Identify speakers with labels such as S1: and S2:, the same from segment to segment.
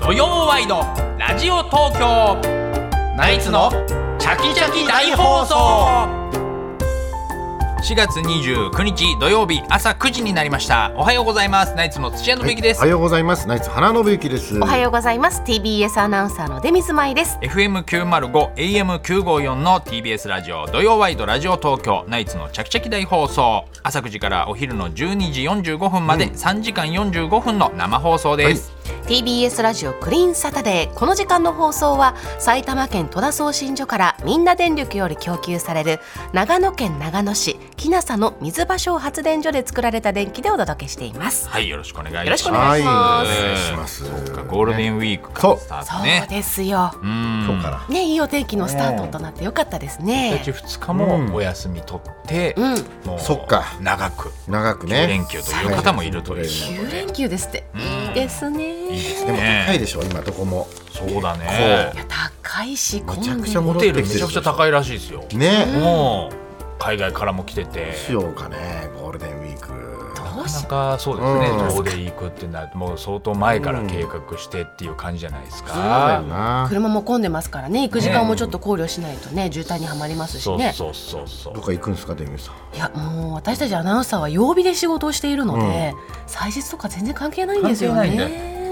S1: 土曜ワイドラジオ東京ナイツのチャキチャキ大放送4月29日土曜日朝9時になりましたおはようございますナイツの土屋信之です、
S2: おはようございます。ナイツ花信之です。
S3: おはようございます TBS アナウンサーの出水舞です
S1: FM905 AM954 の TBS ラジオ土曜ワイドラジオ東京ナイツのチャキチャキ大放送朝9時からお昼の12時45分まで3時間45分の生放送です、
S3: TBS ラジオクリーンサタデーこの時間の放送は埼玉県戸田送信所からみんな電力より供給される長野県長野市木那佐の水場所発電所で作られた電気でお届けしています
S1: はいよろしくお願いします
S3: よろしくお
S2: は
S3: 願い
S2: い、お
S3: します、
S2: 願いします。
S1: ゴールデンウィークからスタート
S3: そ
S1: ね
S3: うですよ
S1: うん
S2: 今日から。
S3: ねいいお天気のスタートとなってよかったです
S1: 1日
S3: ね
S1: 2日もお休み取って、
S3: うん
S1: もう
S2: そっか
S1: 長く
S2: 長く
S1: 9
S2: ね。
S1: 連休という方もいるという、
S3: 9連休ですっていいです
S1: い
S3: ね
S1: いです
S2: でも高い
S1: ね
S2: でしょ、今どこも。
S1: そうだね
S3: いや高いし
S2: むちゃくち
S3: 混
S1: ホ
S2: ゃ
S3: んで
S2: 戻っ
S1: テ
S2: て
S1: ル
S2: き
S1: め
S2: てる。
S1: ちゃくちゃ高いらしいですよ、
S2: ね。
S1: もう海外からも来てて
S2: どうしようかね、ゴールデンウィーク。
S3: ど
S1: な
S3: う
S1: か
S3: し
S1: なかそうですね、
S2: うん
S1: 遠出行くってなるともう相当前から計画してっていう感じじゃないです
S3: そうだ
S1: か、
S3: よ
S2: な。
S3: 車も混んでますからね行く時間もちょっと考慮しないとね渋滞にはまりますし
S1: そう
S3: ね
S1: そうそうそう
S2: どっか行くんですか、デミさん。
S3: いやもう私たちアナウンサーは曜日で仕事をしているので、祭日とか全然関係ないんですよ
S1: 関係ない
S3: ね。
S2: え
S1: ー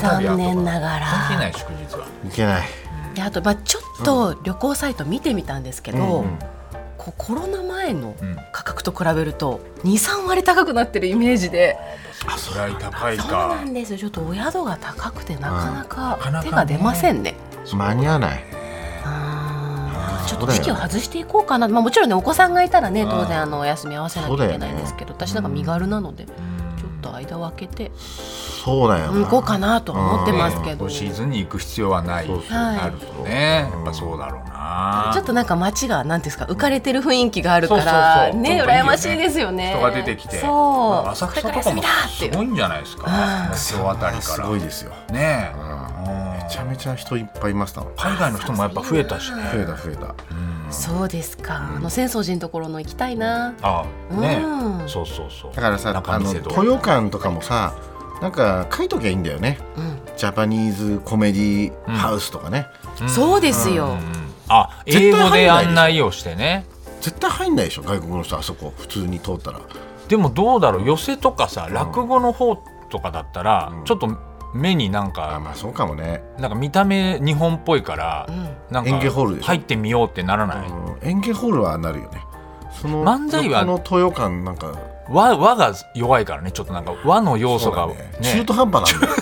S3: 残念なが
S1: 関係な
S3: ら
S1: い祝日は
S2: 行けない。
S3: であと、まあ、ちょっと旅行サイト見てみたんですけど、
S2: うん
S3: こうコロナ前の
S1: うん
S3: 価格と比べると23割高くなってるイメージで
S1: あそれは高い
S3: そう
S1: か
S3: なんですよちょっとお宿が高くてなかな
S1: なかなか
S3: か
S1: ね
S3: 手が出ませんね。
S2: 間に合わない。
S3: あーち
S2: そ
S3: ょっ
S2: う
S3: と
S2: だよ
S3: 時期を外していこうかな、まあ、もちろんねお子さんがいたらね
S1: うん
S3: 当然あのお休み合わせなきゃいけないんですけど、私なんか身軽なので、
S1: うん
S3: ちょっと間を空けて
S2: そうだよ
S3: うん
S2: な。
S3: 行こうかなとは思ってますけど、
S1: シー
S3: ち
S1: ズンに行く必要はない
S2: そうそう
S3: はい
S1: なるとねやっぱそうだろうな
S3: ょっとなんか街がなんていうんですか浮かれてる雰囲気があるから
S1: そうそうそう
S3: ね
S1: ちょっといいよね
S3: 羨ましいですよね
S1: 人が出てきて
S3: そう
S1: 浅草
S3: これ
S1: と
S3: から
S1: か
S3: 休み
S1: も
S3: だって
S1: す
S3: いう
S1: ごいんじゃないですか
S3: あー
S1: 東京あたりか
S2: す
S1: ら
S2: ごいですよ。
S1: ね
S2: う
S1: え
S2: ん。
S1: うん
S2: めちゃめちゃ人いっぱいいましたもん。増
S1: 海外の人もやっぱ増えたしね
S2: えた、増えた。
S1: うん
S3: そうですか、あの浅草寺のところの行きたいな
S1: あね
S3: う
S1: え
S3: ん
S1: そうそうそう
S2: だからさ、
S1: 中
S2: あ
S1: 見
S2: の、
S1: せと
S2: 豊館とかもさ、なんか書いときゃいいんだよね。
S3: うん
S2: ジャパニーズコメディハウスとかね、
S3: そうですよ、
S1: あ英語で案内をしてね
S2: 絶対入んないでしょ外国の人あそこ普通に通ったら
S1: でもどうだろう寄せとかさ落語の方とかだったら
S2: うん
S1: ちょっと目になん
S2: あ
S1: か
S2: まあそうかもね、
S1: なんか見た目日本っぽいから
S3: うん
S1: なん
S2: 演芸
S1: か
S2: ホールでしょ
S1: 入ってみようってならない
S2: うん、演芸ホールはなるよねその
S1: 漫才は
S2: この豊館なんか
S1: 和和が弱いからねちょっとなんか和の要素が
S2: そうだ
S1: ね
S2: ね中途半端なんだよ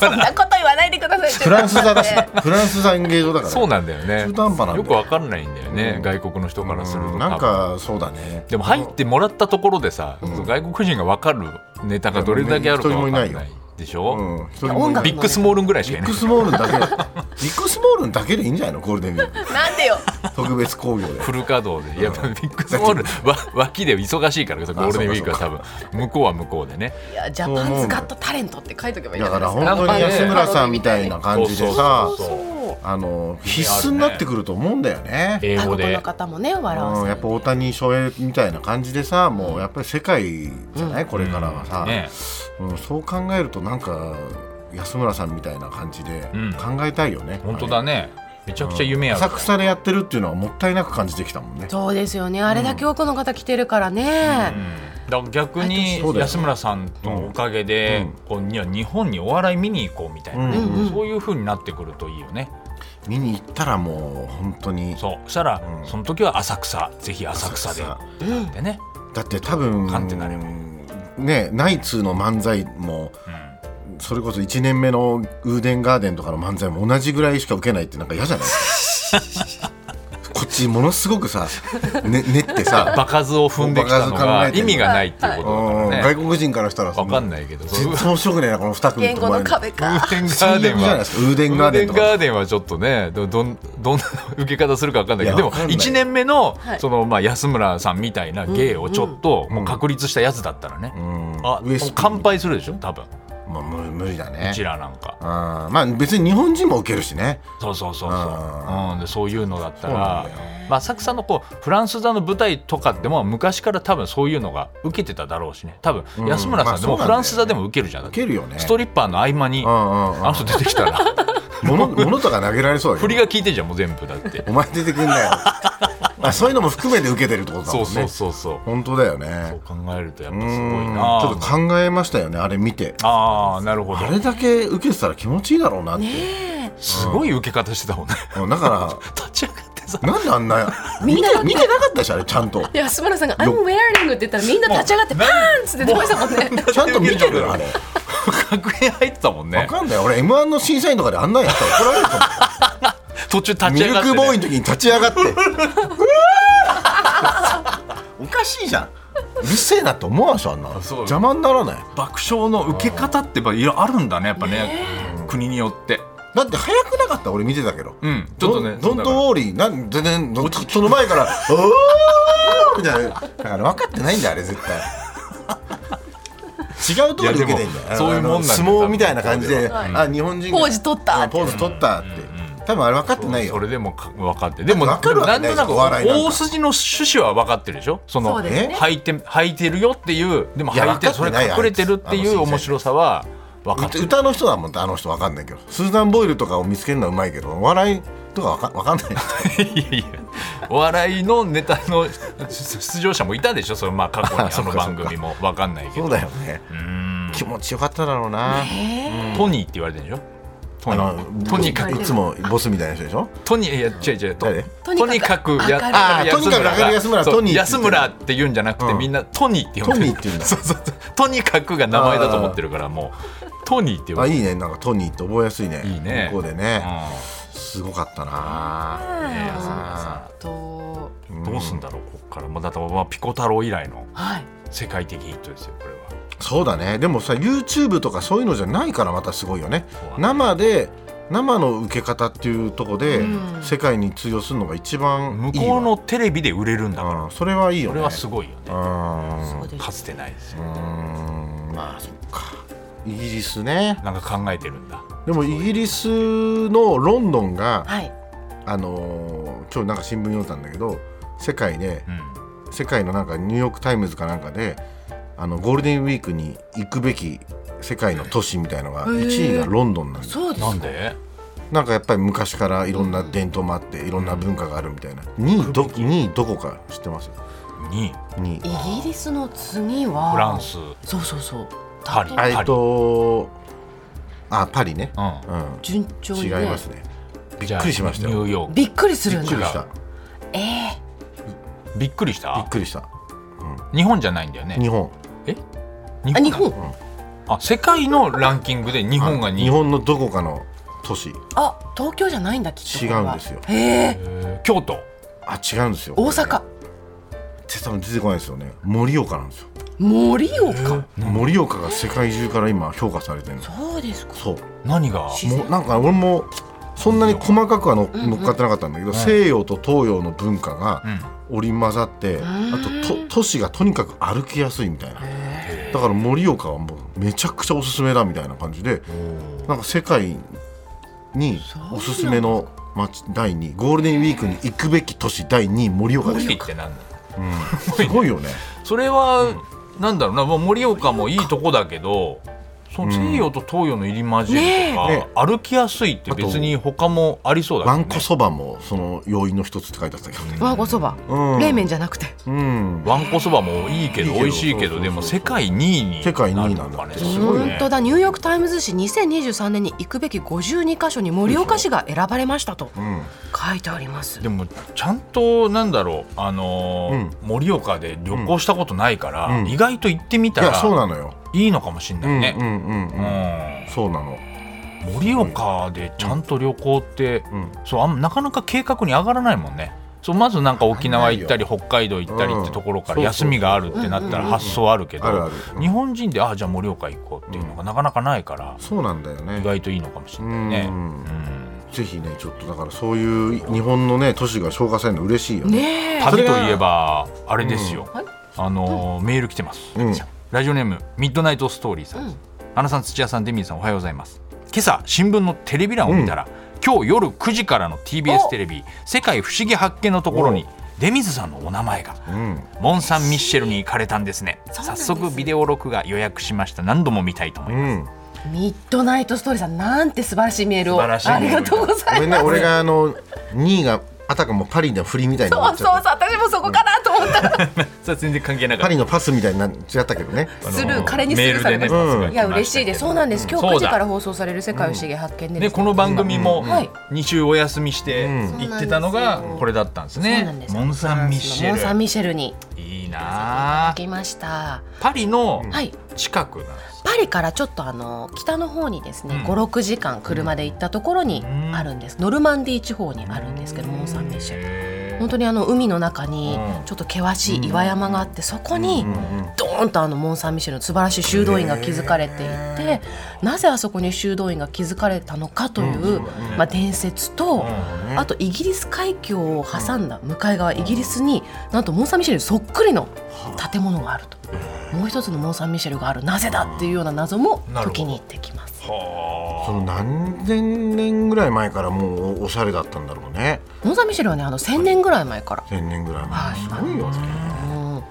S3: そんなこと言わないでください
S2: フランス座 だし
S3: ね
S2: フランス座演芸場だから
S1: そうなんだよね
S2: 中途半端なんだよ
S1: よくわかんないんだよね、
S2: うん
S1: 外国の人からすると
S2: うんなんかそうだね
S1: でも入ってもらったところでさ、
S2: ん
S1: 外国人がわかるネタがどれだけあるかわかんな
S2: 一人もいない
S1: いでしょ、
S2: うん一人
S3: いや音
S2: も
S3: 楽
S1: ビッグスモールンぐらいし
S2: ビ
S1: かい
S2: ッ
S1: ない
S2: グスモールンだけビッグスモールンだけでいいんじゃないのゴールデンウィーク
S3: なんでよ
S2: 特別興行で
S1: フル稼働で、やっぱビッグスモールン、わ脇で忙しいからさ、ゴールデンウィークは多分、向こうは向こうでね。
S3: いやジャパンズガットタレントって書いとけばいいじ
S2: だ
S3: ゃな
S2: か
S3: いで
S2: ら
S3: すか
S2: 本当に安村さんみたいな感じでさ
S1: そうそうそう
S2: あの必須になってくると思うんだよね
S1: 英
S3: 外
S1: 語
S3: 国の
S1: で。
S3: 方もね笑わせ
S2: うん、
S3: て
S2: やっぱ大谷翔平みたいな感じでさもうやっぱり世界じゃない、これからはさ、
S1: ね、
S2: うん、そう考えるとなんか安村さんみたいな感じで
S1: うん
S2: 考えたいよね、
S1: 本当だね。めちゃくちゃ夢ある
S2: 浅。草でやってるっていうのはもったいなく感じてきたもんね
S3: そうですよねあれだけ多くの方来てるからね、
S1: だから逆に
S2: そうだよ
S1: 安村さんのおかげで、こうには日本にお笑い見に行こうみたいなね、
S2: うん
S3: うん
S1: そういう風になってくるといいよね。
S2: 見に行ったらもう本当に
S1: そうしたら、
S2: うん
S1: その時は浅草ぜひ浅草で
S2: 浅
S3: うん
S1: でね、
S2: だって多分
S1: カンってなれば
S2: ねナイツの漫才も
S1: うん
S2: それこそ1年目のウーデンガーデンとかの漫才も同じぐらいしか受けないってなんか嫌じ ゃないこっちものすごくさ、 ね、練ってさ
S1: 場数を踏んできたの
S2: 場数考
S1: が
S2: えてる
S1: 意味がないっていうことだ
S2: うん
S1: から
S2: 外
S1: ね
S2: 国人からしたら
S1: わかん
S2: い
S1: ないけど
S2: 絶
S1: ウ
S2: 対面白くねえなこの2組
S3: 言
S2: と
S3: 語
S2: 思われ
S3: の
S2: る
S3: 壁か
S1: ーデン
S2: 最
S1: ガー
S2: 悪じ
S1: デ
S2: ゃ
S1: ン
S2: ない
S1: は
S2: ですかウーデンガーデンと
S1: ウーデンガ
S2: か
S1: ーデンはちょっとねどどんどん な受け方するかわかんないけどで
S2: いや
S1: も
S2: わかんない
S1: 1年目の,、
S3: はい
S1: そのまあ、安村さんみたいな芸をちょっともう確立したやつだったらね、
S2: うん
S1: あ
S2: ウエス
S1: もう
S2: ピ
S1: 乾杯するでしょ多分
S2: もう無無理だね
S1: うちらなんか
S2: あーまあ別に日本人も受けるしね
S1: そうそうそう
S2: あ
S1: そう、うん、でそういうのだった
S2: そうなん
S1: ら
S2: だよ、
S1: まあ、浅草のこうフランス座の舞台とかでも昔から多分そういうのが受けてただろうしね多分
S2: うん
S1: 安村さんでも
S2: まあそうなんだよね
S1: フランス座でも受けるじゃん,、
S2: 受けるよね
S1: ストリッパーの合間に
S2: うん
S1: あ
S2: うんうん
S1: の人出てきた ら
S2: 物物とか投げられそうだ
S1: 振
S2: よ
S1: りが効いてんじゃんもう全部だ って
S2: お前出てくん なよあそういうのも含めて受けてるってことだもん
S1: そう
S2: ね
S1: そうそうそう
S2: 本当だよ
S1: そう
S2: ね
S1: 考えるとやっ
S2: う
S1: ぱすごい
S2: ん
S1: な
S2: ちょっと考えましたよねあれ見て
S1: ああなるほど
S2: あれだけ受けてたら気持ちいいだろうなって、
S3: ね
S1: すごい受け方してたもんね
S2: うんだか
S1: 立ち上がってさ
S2: らなんであんな
S3: み
S2: 見
S3: ん
S2: て
S3: な
S2: 見てなかったでしょあれちゃんと
S3: え安村さんが「I'm wearing」って言ったらみんな立ち上がってパーンっつって出ましたもんね
S2: ちゃんと見てるよあれ
S1: 確変入ってたもん
S2: わ
S1: ね
S2: かんない俺 m 1の審査員とかであんなんやったら怒られるかも
S1: 途 中立ち
S2: ミ
S1: 上
S2: ル
S1: がって、ね、
S2: クボーイの時に立ち上がって うわーおかしいじゃんうるせえなって思わんでしょあんな
S1: そう
S2: 邪魔にならない
S1: 爆笑の受け方ってやっぱいろいろあるんだねやっぱね国によって
S2: だって早くなかった俺見てたけど
S1: うんちょっとね
S2: ドンド
S1: そうだ
S2: ント
S1: か
S2: ウォーリーなん全然どその前から 「おー!」みたいなだから分かってないんだよあれ絶 対違うところで受けてんだ
S1: いやでも
S2: よあの
S1: そういうもんなんだよ
S2: 相撲みたいな感じで、
S3: はい
S2: あ日本人が
S3: ポーズ取ったって
S2: ポーズ取ったって、多分あれ分かってない
S1: らそ
S2: よ
S1: れでもか分かってでも
S2: 分かるわけないじゃん
S1: なんと
S2: お笑い
S1: な
S2: なん
S1: く
S2: か
S1: 大筋の趣旨は分かってるでしょその
S3: そうです
S2: ね
S1: 履いて履いてるよっていうでも
S2: いや
S1: 履いて
S2: 分か
S1: そ
S2: っ
S1: れ
S2: てない
S1: 隠れてるって
S2: あいつあ
S1: いう
S2: の
S1: 面白さは分かって
S2: 歌
S1: る
S2: 歌の人だもんあの人分かんないけどスーザン・ボイルとかを見つけるのはうまいけどお笑いとか分か分かんない
S1: いやいやお笑いのネタの 出出場者もいたでしょそのまあ過去にその番組も分かんないけ
S2: そ
S1: ど
S2: うだよね
S1: うん
S2: 気持ちよかっただろうな、
S1: トニーって言われてるでしょト
S2: あ
S1: ニ
S2: の
S1: ーとにかく
S2: いつもボスみたいな人でしょ
S1: とにいや違う違うと
S2: 誰
S1: とにかくや
S3: あ
S2: ーとにかく明るい安村は
S1: そう
S2: トニーって言って
S1: 安
S2: る
S1: 村って言うんじゃなくて、
S2: うん
S1: みんなトニーって呼んでる
S2: トニーって言うん だ
S1: そうそうそうとにかくが名前だと思ってるからもうトニーって呼
S2: あ
S1: ぶい
S2: いいねなんかトニーって覚えやすいね
S1: いね
S2: 向こうでね、すごかったな
S1: ね安村
S3: あ
S1: さ
S3: と
S1: んどうすんだろうここからもうだってまあピコ太郎以来の
S3: はい
S1: 世界的ヒットですよこれは
S2: そうだねでもさ YouTube とかそういうのじゃないからまたすごいよね
S1: そうだね
S2: 生で生の受け方っていうとこで
S3: うん
S2: 世界に通用するのが一番
S1: 向
S2: いいわ
S1: こうのテレビで売れるんだから
S2: うんそれはいいよ
S1: そ
S2: ね
S1: れはすごいよ
S2: う
S1: ね
S2: ん
S3: そうです
S1: かつてないですよ
S2: うんまあそっかイギリスね
S1: なんか考えてるんだ
S2: でもイギリスのロンドンが
S3: はい
S2: あのー今日なんか新聞読んだんだけど世界で
S1: うん
S2: 世界のなんかニューヨーク・タイムズかなんかであのゴールデンウィークに行くべき世界の都市みたいのが
S3: へー
S2: 1位がロンドンなんです
S3: そうです
S1: なんで
S2: なんかやっぱり昔からいろんな伝統もあっていろんな文化があるみたいな2位ど2位どこか知ってます
S1: に
S2: 2位
S3: イギリスの次は
S1: フランス
S3: そうそうそう
S1: パリ
S2: あえ
S1: パ
S2: っとあパリね
S1: うん
S2: う
S3: 順調
S2: ん
S3: に、
S2: 違い
S3: ね、
S2: ますねびっくりしました
S1: じゃあニ
S2: よ
S1: ューヨーク
S3: びっくりす
S2: び
S3: る
S2: っ
S3: ん
S2: くり
S3: だ
S2: した
S3: ええ
S1: びっくりした
S2: びっくりした
S1: 日本じゃないんだよね
S2: 日本
S1: 日
S3: あ
S1: なの
S3: 日本、
S1: あ世界のランキングで日本が2位
S2: 日本のどこかの都市
S3: あ東京じゃないんだきっと
S2: 違うんですよ
S3: へえ
S1: えー京都
S2: あ違うんですよ
S3: 大阪
S2: って多分出てこないですよね盛岡なんですよ
S3: 盛岡
S2: 盛岡が世界中から今評価されてるの
S3: そうですか
S2: そう
S1: 何が
S3: し
S2: もうなんか俺もそんなに細かくはの乗っかってなかったんだけど、西洋と東洋の文化が
S1: うん
S2: 織り交ざって、あとと都市がとにかく歩きやすいみたいなだから盛岡はもうめちゃくちゃおすすめだみたいな感じでなんか世界におすすめの街第2位ゴールデンウィークに行くべき都市第2位盛岡です
S1: 森
S2: よ
S1: って何だ
S2: すごいよね
S1: それは、なんだろうなもう盛岡もいいとこだけどその西洋と東洋の入り混じりとか、
S2: ねえね
S1: 歩きやすいって別に他もありそうだけ
S2: わ
S1: ど、ね
S2: ん、こそばもその要因の一つって書いてあったけどね
S3: 和ごそば、
S2: うん
S3: 冷麺じゃなくて
S2: うん
S1: わんこそばもいいけど
S2: いいけど
S1: 美味しいけ
S2: そうそうそ
S1: ど
S2: う
S1: でも世界2位に
S2: 世界二位
S1: な
S2: な
S1: るの
S2: んだ
S1: かね
S2: って
S1: すごい
S3: 本
S1: ね
S3: 当だニューヨーク・タイムズ紙2023年に行くべき50二カ所に盛岡市が選ばれましたと
S2: うん
S3: 書いてあります
S1: でもちゃんとなんだろうあのー盛岡で旅行したことないから、
S2: うん
S1: 意外と行ってみ
S2: い
S1: た
S2: やそう
S1: ら
S2: なのよ
S1: いいのかもしれないね
S2: う。んうんうんう
S1: う
S2: ん
S1: ん
S2: そうなの
S1: 盛岡でちゃんと旅行って、
S2: うん
S1: そうあんなかなか計画に上がらないもんねそうまずなんか沖縄行ったり北海道行ったりってところから
S2: うん
S1: 休みがあるってなったら発想あるけど、
S2: あるあるうん
S1: 日本人であじゃあ盛岡行こうっていうのがなかなかないから、
S2: そうなんだよね
S1: 意外といいのかもしれないね。
S2: う
S1: うんん
S2: ぜひねちょっとだからそういう日本のね都市が紹介されるの嬉しいよね
S3: ねえ
S1: 旅といえばあれですよ、
S3: はい
S1: あのーメール来てます、
S2: うん
S1: ラジオネームミッドナイトストーリーさん、
S3: うん
S1: アナさん土屋さんデミーさんおはようございます今朝新聞のテレビ欄を見たら、今日夜9時からの TBS テレビ「世界ふしぎ発見」のところに出水さんのお名前が
S2: うん、
S1: モン・サン・ミッシェルに行かれたんですね
S3: そうな
S1: 早
S3: んです
S1: 速ビデオ録画予約しました何度も見たいと思います、
S2: うん、
S3: ミッドナイトストーリーさんなんて素晴らしいメールを
S1: 素晴らしいメー
S3: あ
S1: ル
S3: りがとうござ
S2: ご
S3: い
S2: めん
S3: ま
S2: ね
S3: す。
S2: 俺があの2位があたかもパリの振りみたいに
S3: そう
S2: な
S3: そう
S2: っち
S3: そう
S2: ゃって
S3: 私もそこかなと思 ったら
S1: それ全然関係なか
S2: パ
S1: った
S2: リのパスみたいになっちゃったけどね
S1: あの
S3: スルー彼にスルーされました
S1: メールでね
S2: うん
S3: いや嬉しいですそうなんです今日
S1: そ
S3: 9
S1: うだ
S3: 時から放送される「世界不思議発見」で
S1: ね、
S3: です
S1: この番組も
S3: んはい
S1: 2週お休みして
S2: うん
S1: 行ってたのが
S3: そうなんですよ
S1: これだったんです
S3: そうなん
S1: ね
S3: で。す
S1: モン・サン・ミッシ
S3: モンサン
S1: ェ
S3: ミシェルに
S1: ル。いい
S3: 行
S1: なあ
S3: きました
S1: パリの
S3: はい
S1: 近くなんです。
S3: パリからちょっとあの北の方にですね
S1: うん
S3: 56時間車で行ったところに
S1: うん
S3: あるんですノルマンディー地方にあるんですけどモン・サン・ミシェル
S1: へえ
S3: 本当にあの海の中に
S1: うん
S3: ちょっと険しい岩山があってそこに
S2: うんうん
S3: ドーンとあのモン・サン・ミシェルの素晴らしい修道院が築かれていてなぜあそこに修道院が築かれたのかという、まあ、伝説と
S1: う
S3: あとイギリス海峡を挟んだ向かい側イギリスになんとモン・サン・ミシェルにそっくりの建物があるともう一つのモン・サン・ミシェルがあるなぜだっていうような謎も
S1: なるほど
S3: 時に行ってきます。
S1: は
S2: その何千年ぐらい前からもうおしゃれだったんだろうね
S3: モン・サン・ミシェルはねあの1,000年ぐらい前から、
S2: 千年ぐらい
S3: は
S2: 前
S3: い
S2: すごいよね
S3: うん
S1: あ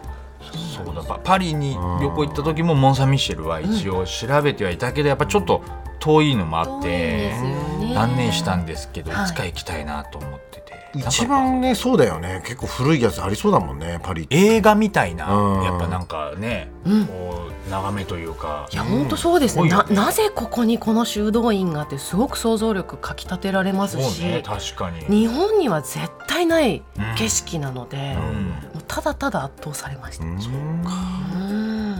S1: そうだパパリに旅行行った時もモン・サン・ミッシェルは一応調べてはいたけどやっぱちょっと遠いのもあっ
S3: 遠い
S1: て
S3: ですよね
S1: 断念したんですけどい
S3: はい
S1: つか行きたいなと思ってて。
S2: 一
S1: なんか
S2: 番ねそうだよね結構古いやつありそうだもんねパリ
S1: 映画みたいな
S2: うん
S1: やっぱなんかね
S3: うん
S1: こう眺めというか
S3: いや本当そうですね、
S1: うん
S3: ななぜここにこの修道院があってすごく想像力かきたてられます
S1: そう
S3: し、
S1: ね確かに。
S3: 日本には絶対ない景色なので、
S1: うん
S3: もうただただ圧倒されました、
S2: う
S3: うんん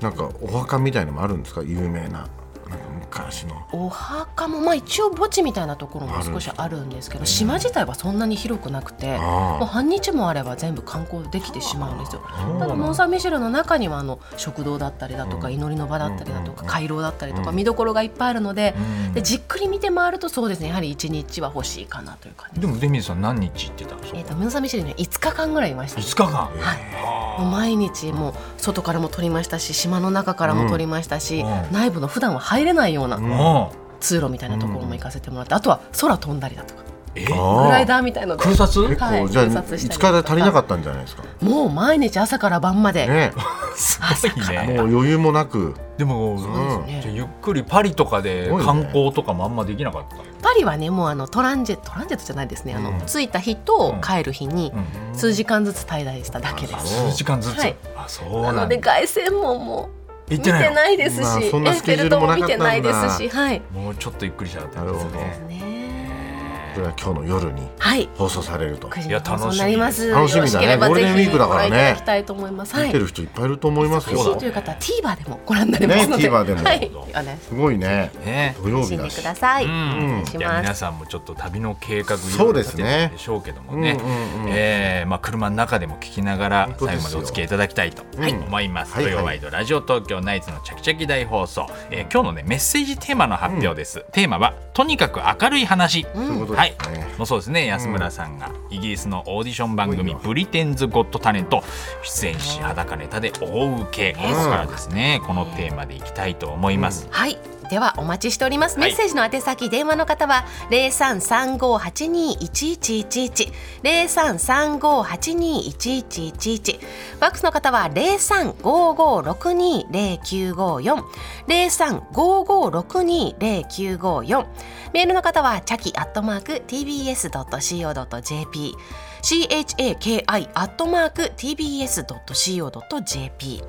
S2: なんかお墓みたいのもあるんですか有名ななんか昔の
S3: お墓も、まあ、一応墓地みたいなところも少しあるんですけど島自体はそんなに広くなくて
S2: あー
S3: もう半日もあれば全部観光できてしまうんですよ。
S1: そう
S3: ただモ
S1: な
S3: ン・
S1: ん
S3: サン・ミシェルの中にはあの食堂だったりだとか
S2: うん
S3: 祈りの場だったりだとか
S2: うん
S3: 回廊だったりとか
S2: うん
S3: 見どころがいっぱいあるので
S1: うん
S3: でじっくり見て回るとそうですねやはり一日は欲しいかなという感じ
S1: でもデミさん何日行ってたの？
S3: えっ、とムンサンミシェルには5日間ぐらいいました
S1: 五日間。
S3: はい
S1: はあ
S3: もう毎日もう外からも撮りましたし島の中からも撮りましたし、
S1: うん
S3: 内部の普段は入れないような
S1: もう
S3: 通路みたいなところも行かせてもらって、あとは空飛んだりだとか
S1: え
S2: あー
S3: グライダーみたいので
S1: 空撮？
S2: 結
S3: は
S2: 構
S3: い
S2: じゃあ
S3: 印刷したり
S2: 5日
S3: とか
S2: で足りなかったんじゃないですか
S3: もう毎日朝から晩まで、
S2: ね
S1: す
S3: 朝
S1: ごい
S3: から
S1: ね。
S2: もう余裕もなく
S1: でも
S3: そうです
S1: じゃあ
S3: ね
S1: ゆっくりパリとかです
S2: ごいね
S1: 観光とかもあんまできなかった。
S3: パリはねもうあのトランジェトランジェットじゃないですねあの、
S2: うん
S3: 着いた日と帰る日に
S1: うん
S3: 数時間ずつ滞在しただけで
S1: あ
S3: す、
S1: 数時間ずつ
S3: はい。
S1: あそうな
S3: なの
S1: ん
S3: で
S1: だ。
S3: 凱旋門も
S1: 行
S3: 見
S1: っててないの。
S3: ないですし、
S2: まあそん
S3: エ
S2: な
S3: ッ
S2: ス
S3: フェ
S2: ケジュール
S3: ル塔
S2: も
S3: も
S2: な
S3: 見
S2: かった
S3: て
S2: んだ
S3: ないですしはい
S1: もうちょっとゆっくりしたかった
S2: なるほど
S1: ですね。
S3: ね
S2: これは今日の夜に
S3: はい
S2: 放送されると
S3: 9時
S1: いや
S3: の放送になります
S2: 楽しみ
S3: よろしければ
S2: 楽しみだねゴールデ
S3: ぜひ
S2: ンウィークだからね
S3: ご覧いただきたいと思いますは
S2: 見
S3: い
S2: てる人いっぱいいると思います
S3: 欲しい
S2: よ
S3: という方は TVer でもご覧になれますので、
S2: ね TVer でも
S3: はい、お願いし
S2: すごいね
S1: ね。
S2: 土
S3: ま
S2: 曜
S3: す楽し
S2: 日だし
S3: んでください、
S1: う
S3: お願
S1: ん
S3: い。し
S1: いや
S3: ま
S1: 皆
S3: す
S1: さんもちょっと旅の計画
S2: そうですね
S1: いろいろ立ててるでしょうけどもね
S2: うんうんうん
S1: えーまあ車の中でも聞きながら
S2: 本当
S1: 最
S2: で
S1: 後
S2: すよ
S1: までお付き合いいただきたいと
S2: はい
S1: 思います。
S2: はい
S1: 土曜ワイドラジオ東京ナイツのちゃきちゃき大放送、えー今日のねメッセージテーマの発表です。テーマはとにかく明るい話。
S2: そういうこと
S1: はい
S2: ですね、
S1: もうそうですね安村さんがイギリスのオーディション番組
S2: う
S1: 「
S2: ん
S1: ブリテンズ・ゴット・タレント」出演し裸ネタで大受けここからですねこのテーマでいきたいと思います。
S3: はいではお待ちしております
S1: は
S3: メ
S1: い
S3: ッセージの宛先、電話の方は0335821111 0335821111ファックスの方は0355620954 0355620954メールの方はチャキアットマーク tbs.co.jp chaki アットマーク tbs.co.jp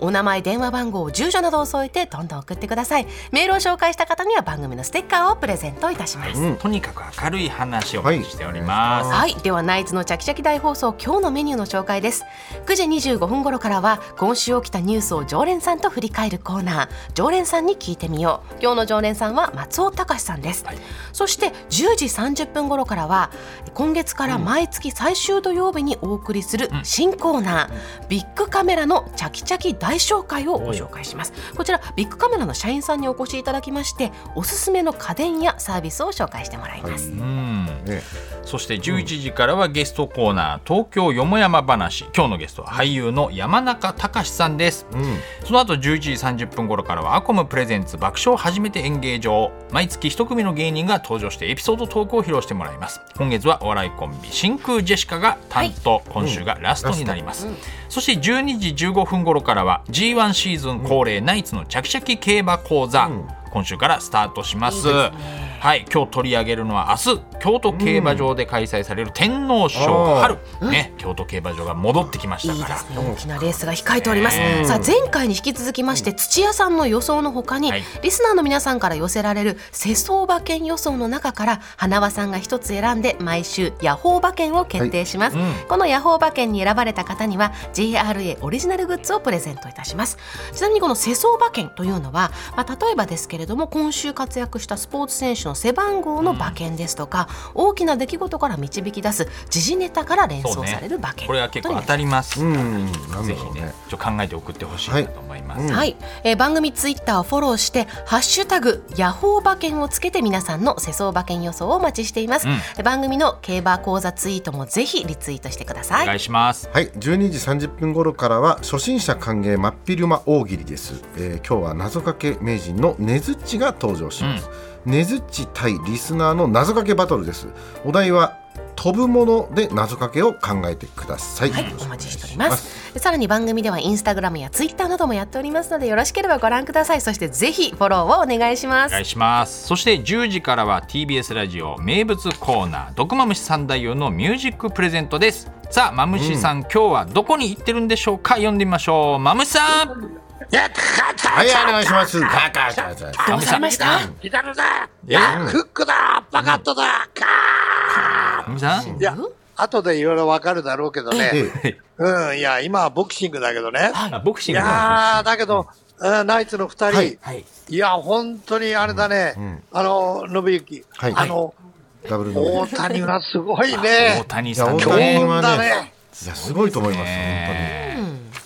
S3: お名前電話番号住所などを添えてどんどん送ってくださいメールを紹介した方には番組のステッカーをプレゼントいたします、
S1: とにかく明るい話をお待ちしております。
S3: はいではナイツのチャキチャキ大放送今日のメニューの紹介です9時25分頃からは今週起きたニュースを常連さんと振り返るコーナー常連さんに聞いてみよう今日の常連さんは松尾隆さんです、
S1: はい
S3: そして10時30分頃からは今月から毎月最終土曜日にお送りする新コーナー、ビッグカメラのチャキチャキ大紹介をご紹介しますこちらビッグカメラの社員さんにお越しいただきましておすすめの家電やサービスを紹介してもらいます、
S1: うん
S2: ね、
S1: そして11時からはゲストコーナー「東京よもやま話」今日のゲストは俳優の山中隆さんです、その後11時30分頃からはアコムプレゼンツ爆笑初めて演芸場毎月一組の芸人が登場してエピソードトークを披露してもらいます今月はお笑いコンビ真空ジェシカが担当、今週がラストになります、そして12時15分頃からは g 1シーズン恒例ナイツのチャキチャキ競馬講座、今週からスタートしますはい今日取り上げるのは明日京都競馬場で開催される天皇賞春、ね京都競馬場が戻ってきました
S3: いい
S1: か
S3: で
S1: ら
S3: すね大きなレースが控えております、
S1: うん
S3: さあ前回に引き続きまして土屋さんの予想のほかに、
S1: はい
S3: リスナーの皆さんから寄せられる世相馬券予想の中から花輪さんが一つ選んで毎週ヤホー馬券を決定します、
S1: はいうん
S3: このヤホー馬券に選ばれた方には JRA オリジナルグッズをプレゼントいたしますちなみにこの世相馬券というのは、まあ、例えばですけれども今週活躍したスポーツ選手の背番号の馬券ですとか、大きな出来事から導き出す時事ネタから連
S1: そう
S3: 想
S1: ね
S3: される馬券
S1: これは結構当たります、
S2: うん、なん
S1: ぜひ
S2: だろう
S1: ね
S2: ね。
S1: ちょっと考えて送ってほしいなと思います、
S2: はいうん
S3: はい、えー番組ツイッターをフォローして「ハッシュタグヤホー馬券」をつけて皆さんの世相馬券予想をお待ちしています、
S1: うん
S3: えー番組の競馬講座ツイートもぜひリツイートしてくださ
S1: お願
S3: い
S1: いします
S2: はい、12時30分頃からは初心者歓迎真っ昼間大喜利です、えー今日は謎かけ名人のねずっちが登場します、ねずっち対リスナーの謎かけバトルですお題は飛ぶもので謎かけを考えてください、
S3: はい
S2: よろしく
S3: お
S2: 願
S3: 待ちしておりますでさらに番組ではインスタグラムやツイッターなどもやっておりますのでよろしければご覧くださいそしてぜひフォローをお願いしま
S1: お
S3: す
S1: 願いしますそして10時からは TBS ラジオ名物コーナー「毒まむし三大用のミュージックプレゼント」ですさあまむしさん、今日はどこに行ってるんでしょうか読んでみましょうまむしさん
S2: はいお願いしますカーカーカーカー
S3: どうされました
S4: ヒカルだ
S1: いや
S4: フックだバカットだカ
S1: まむしさん
S4: ーいや、後でいろいろわかるだろうけどね。
S2: ええ
S4: うん、いや、今はボクシングだけどね。
S1: あボクシ
S4: い
S1: ングの
S4: やー、だけど、うんナイツの二
S2: は
S4: 人
S2: い、
S1: はい
S4: いや、本当にあれだね、あの、信行、
S2: はい
S4: あの、
S2: ダブルの
S4: 大谷はすごい
S1: 大
S4: ね。
S1: 谷
S2: いや
S1: さん
S2: 大
S1: の
S2: 谷は
S4: ね強運だ
S2: ね
S4: ね
S2: いやすごいと思います、
S1: ね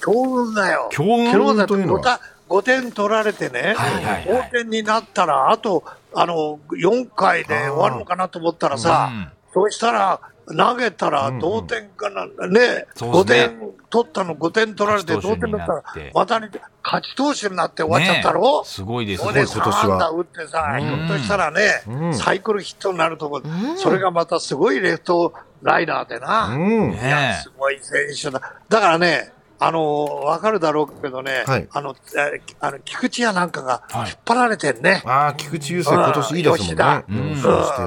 S4: 強運だよ。
S1: 強運
S4: 昨日だって
S2: というのは
S4: 5た5点取られてね、
S1: はいはいはい
S4: 5点になったら、あと、あの、4回で終わるのかなと思ったらさ、
S1: うん
S4: そうしたら、投げたら同点かな、ね、
S1: そう
S4: 5
S1: ですね
S4: 点取ったの、5点取られて、
S1: 勝
S4: 同
S1: ち投手
S4: 点
S1: に
S4: だった
S1: なっ
S4: ら
S1: て、
S4: またに勝ち投手になって終わっちゃったろ
S1: ね、すごいです
S4: それで
S2: 今年は
S4: 3安打打ってさ、
S2: うん
S4: ひょっとしたらね、
S2: うん
S4: サイクルヒットになるとこ、
S3: ん
S4: それがまたすごいレフトライナーでな、
S2: 本当にうん
S1: ね
S4: いやすごい選手だ。だからね、あのわかるだろうけどね、
S2: はい
S4: あの、えーあの菊池屋なんかが
S1: はい
S4: 引っ張られてんね。
S2: ああ菊池雄星今年いいですもんね
S1: うん
S2: うん
S1: 吉
S2: そうして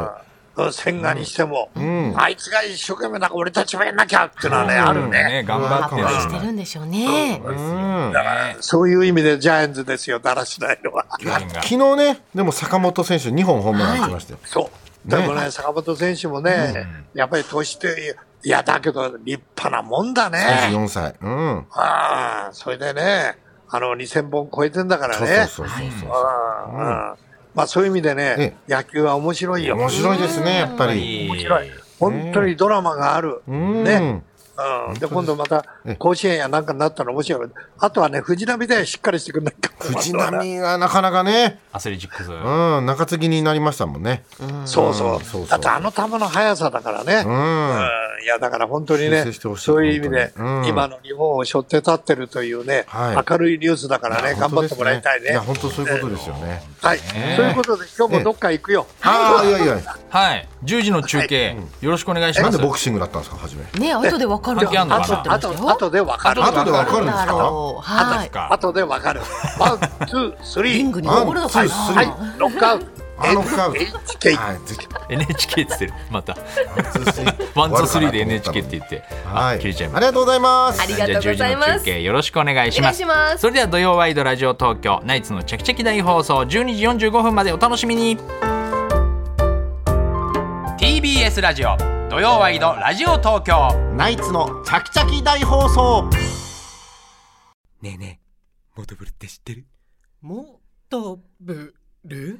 S4: うん、千賀にしても、
S2: ん
S4: あいつが一生懸命なんか俺たちもやんなきゃっていうのはね、あるね。
S1: ね頑張って
S3: ア
S1: る
S3: ップしてるんでしょうね、
S2: うん
S1: ね
S4: そういう意味でジャイアンツですよ、だらしないのは。
S1: 巨人が
S2: 昨日ね、でも坂本選手2本ホームラン打ちましたよ。
S4: そう。で
S2: ね
S4: もね、坂本選手もね、やっぱり年って、いや、だけど立派なもんだね。
S2: 24歳。うん。
S4: ああ、それでね、あの、2000本超えてんだから
S2: そう
S4: ね。
S2: そうそうそう。
S4: うんうんまあそういう意味でね
S2: え、
S4: 野球は面白いよ。
S2: 面白いですね、やっぱり。
S1: 面
S4: 白
S1: い
S4: 本当にドラマがある。
S2: うん。
S4: ね。うん、で、今度また
S2: ええ
S4: 甲子園やなんかになったら面白い。あとはね、藤浪でしっかりしてくんないか。
S2: 藤浪がなかなかね、
S1: アスレチックス
S2: うん、中継ぎになりましたもんね。
S4: そう
S2: うん
S4: そ
S2: そうそう
S4: う。あとあの球の速さだからね。
S2: うん。
S4: うんいや、だから本当に
S2: 修
S4: ね
S2: 正して、ほしい
S4: そういう意味で、
S2: 本当にうん
S4: 今の日本を背負って立ってるというね、
S2: はい
S4: 明るいニュースだからね、頑張ってもらいたいね。
S2: いや、本当そういうことですよね。
S4: はい。
S1: ね
S4: ということで、今日もどっか行くよ。
S2: ああ、いやいや、
S1: はい10時の中継、よろしくお願いし
S2: な
S1: ま
S2: ん
S1: す
S2: でボクシングだったんですか、初め。
S3: ね後でわかる
S1: 関係あんのかな
S4: あと、あとでわかる。
S2: 後でわかるんです
S3: だ
S2: か
S3: ろうは
S1: です
S3: い
S1: か
S4: あとでわかる。ワン、ツー、スリ
S3: リン
S4: ー。
S3: グに登るのかな
S2: ワンツース
S4: は
S2: リ
S4: い、ロックアウト。
S2: あのカーブ。
S4: HK。
S2: はい、ぜひ。
S1: NHK っつってるまたワ
S2: ワ
S1: ンツースリーで NHK って言って、
S2: は
S1: あ
S2: い。
S1: 切れちゃい
S2: あ
S1: ま
S2: りがとうございます
S3: あ。り
S1: す
S3: がとうございます
S1: じゃあ10時の中継よろしくお願いします
S3: お願いします
S1: それでは土曜ワイドラジオ東京ナイツのチェキチェキ大放送12時45分までお楽しみに TBS ラジオ土曜ワイドラジオ東京
S2: ナイツのチャキチャキ大放送。
S5: ねえねえ、モトブルって知ってる
S6: もっとぶる